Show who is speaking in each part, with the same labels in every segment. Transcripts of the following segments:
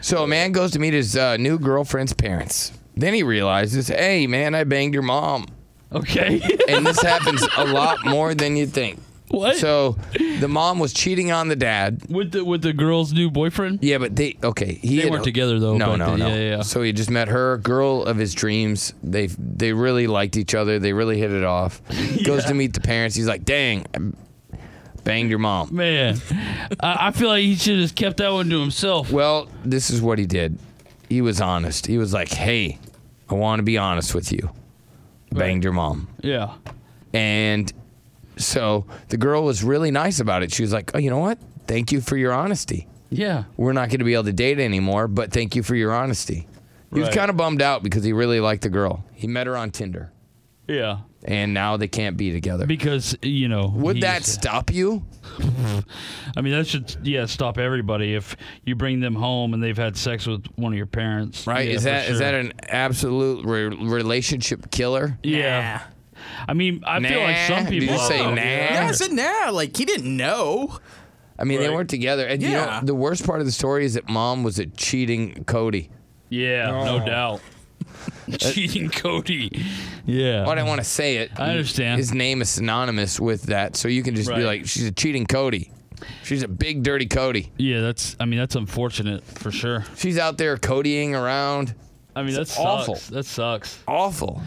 Speaker 1: So a man goes to meet his uh, new girlfriend's parents. Then he realizes, hey, man, I banged your mom.
Speaker 2: Okay.
Speaker 1: And this happens a lot more than you think.
Speaker 2: What?
Speaker 1: So the mom was cheating on the dad.
Speaker 2: with the with the girl's new boyfriend?
Speaker 1: Yeah, but they okay. He
Speaker 2: They
Speaker 1: had-
Speaker 2: weren't together, though,
Speaker 1: No,
Speaker 2: back
Speaker 1: no,
Speaker 2: then.
Speaker 1: no.
Speaker 2: Yeah, yeah, yeah.
Speaker 1: So he just met her, girl of his dreams. They they really liked each other. They really hit it off. Goes to meet the parents. He's like, dang, I banged your mom.
Speaker 2: Man, I, I feel like he should have just kept that one to himself.
Speaker 1: Well, this is what he did. He was honest. He was like, hey, I want to be honest with you. Banged your mom.
Speaker 2: Yeah.
Speaker 1: And so the girl was really nice about it. She was like, oh, you know what? Thank you for your honesty.
Speaker 2: Yeah.
Speaker 1: we're not going to be able to date anymore, but thank you for your honesty. He was
Speaker 2: Right.
Speaker 1: kind of bummed out because he really liked the girl. He met her on Tinder,
Speaker 2: Yeah.
Speaker 1: and now they can't be together.
Speaker 2: Because you know,
Speaker 1: Would
Speaker 2: he's-
Speaker 1: that stop you?
Speaker 2: I mean, that should yeah stop everybody if you bring them home and they've had sex with one of your parents.
Speaker 1: Right?
Speaker 2: Yeah,
Speaker 1: is
Speaker 2: for
Speaker 1: that is
Speaker 2: sure.
Speaker 1: that an absolute re- relationship killer?
Speaker 2: yeah? I mean, I feel like
Speaker 1: Nah.
Speaker 2: some
Speaker 1: Did you
Speaker 2: people
Speaker 1: say
Speaker 2: Oh,
Speaker 1: nah?
Speaker 3: Yeah, I said nah. Like he didn't know.
Speaker 1: I mean, they weren't together. And you know,
Speaker 3: Yeah.
Speaker 1: the worst part of the story is that mom was a cheating Cody.
Speaker 2: Yeah, no doubt. Cheating Cody. Yeah.
Speaker 1: But I don't want to say it.
Speaker 2: I understand.
Speaker 1: His name is synonymous with that, so you can just be
Speaker 2: Right.
Speaker 1: like, she's a cheating Cody. She's a big dirty Cody.
Speaker 2: yeah, that's. I mean, that's unfortunate for sure.
Speaker 1: She's out there codying around.
Speaker 2: I mean, that's
Speaker 1: awful.
Speaker 2: Sucks. That sucks.
Speaker 1: Awful.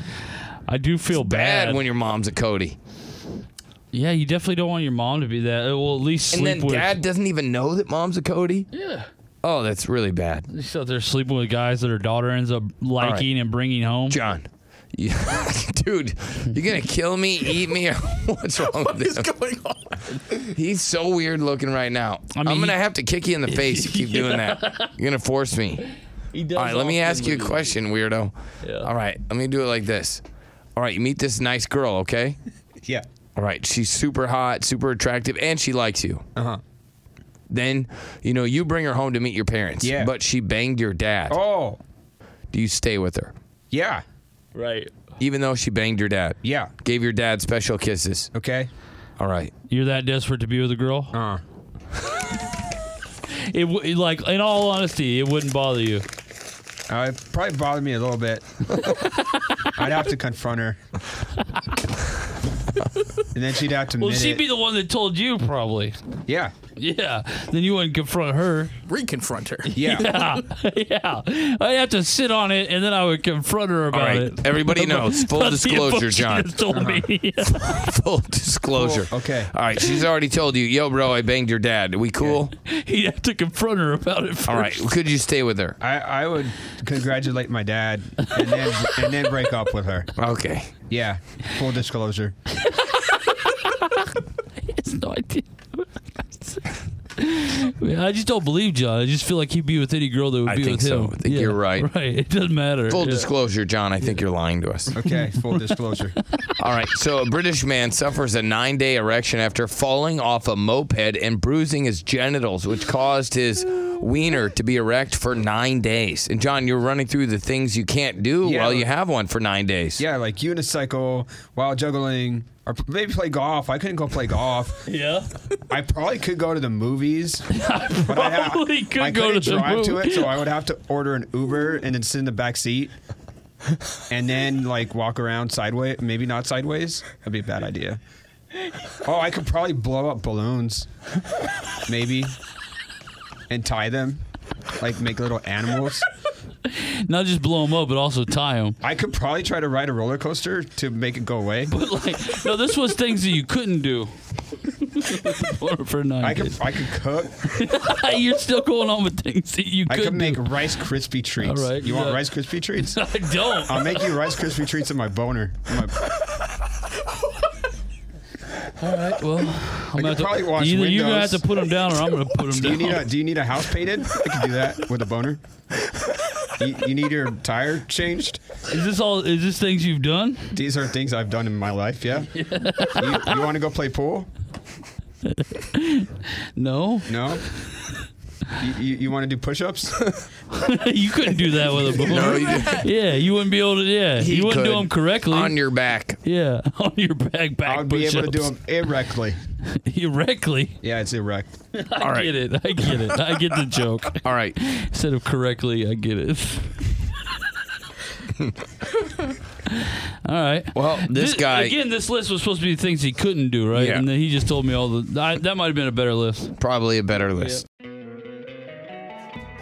Speaker 2: I do feel
Speaker 1: bad when your mom's a Cody.
Speaker 2: yeah, you definitely don't want your mom to be that. Uh, Well, at least
Speaker 1: And
Speaker 2: sleep
Speaker 1: then
Speaker 2: with.
Speaker 1: dad doesn't even know that mom's a Cody.
Speaker 2: yeah.
Speaker 1: Oh, that's really bad.
Speaker 2: At least out there sleeping with guys that her daughter ends up liking and bringing home.
Speaker 1: John. you- Dude, you're gonna kill me, eat me, or what's wrong
Speaker 3: What
Speaker 1: with
Speaker 3: is
Speaker 1: him?
Speaker 3: going on?
Speaker 1: He's so weird looking right now. I
Speaker 2: mean,
Speaker 1: am gonna
Speaker 2: he-
Speaker 1: have to kick you in the face. You keep doing that. You're gonna force me. All right, let me ask you a question, weirdo. All right, let me do it like this. All right, you meet this nice girl, okay?
Speaker 3: Yeah.
Speaker 1: All right, she's super hot, super attractive, and she likes you. Uh
Speaker 3: Uh-huh.
Speaker 1: huh. Then, you know, you bring her home to meet your parents.
Speaker 3: Yeah.
Speaker 1: But she banged your dad.
Speaker 3: Oh.
Speaker 1: Do you stay with her?
Speaker 3: Yeah.
Speaker 2: Right.
Speaker 1: Even though she banged your dad.
Speaker 3: Yeah.
Speaker 1: Gave your dad special kisses.
Speaker 3: Okay.
Speaker 1: All right.
Speaker 2: You're that desperate to be with a girl?
Speaker 3: Uh.
Speaker 2: It w- it, like in all honesty, it wouldn't bother you.
Speaker 3: Uh, it probably bothered me a little bit. I'd have to confront her. and then she'd have to
Speaker 2: Well,
Speaker 3: admit
Speaker 2: she'd
Speaker 3: it.
Speaker 2: be the one that told you probably.
Speaker 3: yeah.
Speaker 2: Yeah. Then you wouldn't confront her.
Speaker 4: Reconfront her.
Speaker 3: Yeah.
Speaker 2: yeah. I'd have to sit on it and then I would confront her about
Speaker 1: All right.
Speaker 2: it.
Speaker 1: Everybody knows. Full
Speaker 2: But the
Speaker 1: disclosure,
Speaker 2: emotion
Speaker 1: John. Uh-huh.
Speaker 2: has told me.
Speaker 1: Full disclosure.
Speaker 3: Cool. Okay.
Speaker 1: All right. She's already told you, yo, bro, I banged your dad. we cool?
Speaker 2: He'd have to confront her about it first.
Speaker 1: All right. Could you stay with her?
Speaker 3: I, I would congratulate my dad and then, and then break up with her.
Speaker 1: Okay.
Speaker 3: Yeah. Full disclosure.
Speaker 2: He has no idea. Man, I just don't believe John. I just feel like he'd be with any girl that would
Speaker 1: I
Speaker 2: be
Speaker 1: think
Speaker 2: with
Speaker 1: so.
Speaker 2: him.
Speaker 1: I think you're right.
Speaker 2: Right. It doesn't matter.
Speaker 1: Full
Speaker 2: Yeah.
Speaker 1: disclosure, John, I think you're lying to us.
Speaker 3: Okay. Full disclosure.
Speaker 1: All right, so a British man suffers a nine day erection after falling off a moped and bruising his genitals, which caused his wiener to be erect for nine days. And John, you're running through the things you can't do
Speaker 3: Yeah.
Speaker 1: while you have one for nine days.
Speaker 3: Yeah. Like unicycle while juggling or maybe play golf. I couldn't go play golf.
Speaker 2: Yeah.
Speaker 3: I probably could go to the movies. But I ha-
Speaker 2: Probably could
Speaker 3: I
Speaker 2: go
Speaker 3: couldn't
Speaker 2: to the
Speaker 3: drive to
Speaker 2: movie.
Speaker 3: it, so I would have to order an Uber and then sit in the back seat, and then like walk around sideways. Maybe not sideways. That'd be a bad idea. Oh, I could probably blow up balloons, maybe, and tie them, like make little animals.
Speaker 2: Not just blow him up, but also tie him.
Speaker 3: I could probably try to ride a roller coaster to make it go away.
Speaker 2: But like, no, this was things that you couldn't do. for, for nine
Speaker 3: I could
Speaker 2: days.
Speaker 3: I could cook.
Speaker 2: You're still going on with things that you
Speaker 3: I
Speaker 2: could
Speaker 3: could make
Speaker 2: do.
Speaker 3: Rice Krispie treats.
Speaker 2: All right,
Speaker 3: you want
Speaker 2: yeah.
Speaker 3: Rice Krispie treats?
Speaker 2: I don't.
Speaker 3: I'll make you Rice Krispie treats in my boner. In my-
Speaker 2: well, I'm
Speaker 3: could
Speaker 2: gonna have to-
Speaker 3: probably wash
Speaker 2: either you're gonna have
Speaker 3: windows.
Speaker 2: to put him down, or I'm gonna put him
Speaker 3: Do
Speaker 2: down.
Speaker 3: you need a Do you need a house painted? I can do that with a boner. You, you need your tire changed?
Speaker 2: Is this all? Is this things you've done?
Speaker 3: These are things I've done in my life, yeah? you you want to go play pool?
Speaker 2: No,
Speaker 3: No? You, you, you want to do push ups?
Speaker 2: you couldn't do that with a board.
Speaker 1: No, you-
Speaker 2: yeah, you wouldn't be able to. Yeah,
Speaker 1: He
Speaker 2: you wouldn't do
Speaker 1: could.
Speaker 2: them correctly.
Speaker 1: on your back.
Speaker 2: yeah, on your back back
Speaker 3: I would be able to do
Speaker 2: push-ups.
Speaker 3: them erectly.
Speaker 2: Erectly.
Speaker 3: Yeah, it's erect.
Speaker 2: I
Speaker 1: All right.
Speaker 2: get it. I get it. I get the joke.
Speaker 1: All right.
Speaker 2: Instead of correctly, I get it. all right.
Speaker 1: Well, this guy-
Speaker 2: again. This list was supposed to be things he couldn't do, right?
Speaker 1: Yeah.
Speaker 2: And then he just told me all the. I, that might have been a better list.
Speaker 1: Probably a better list.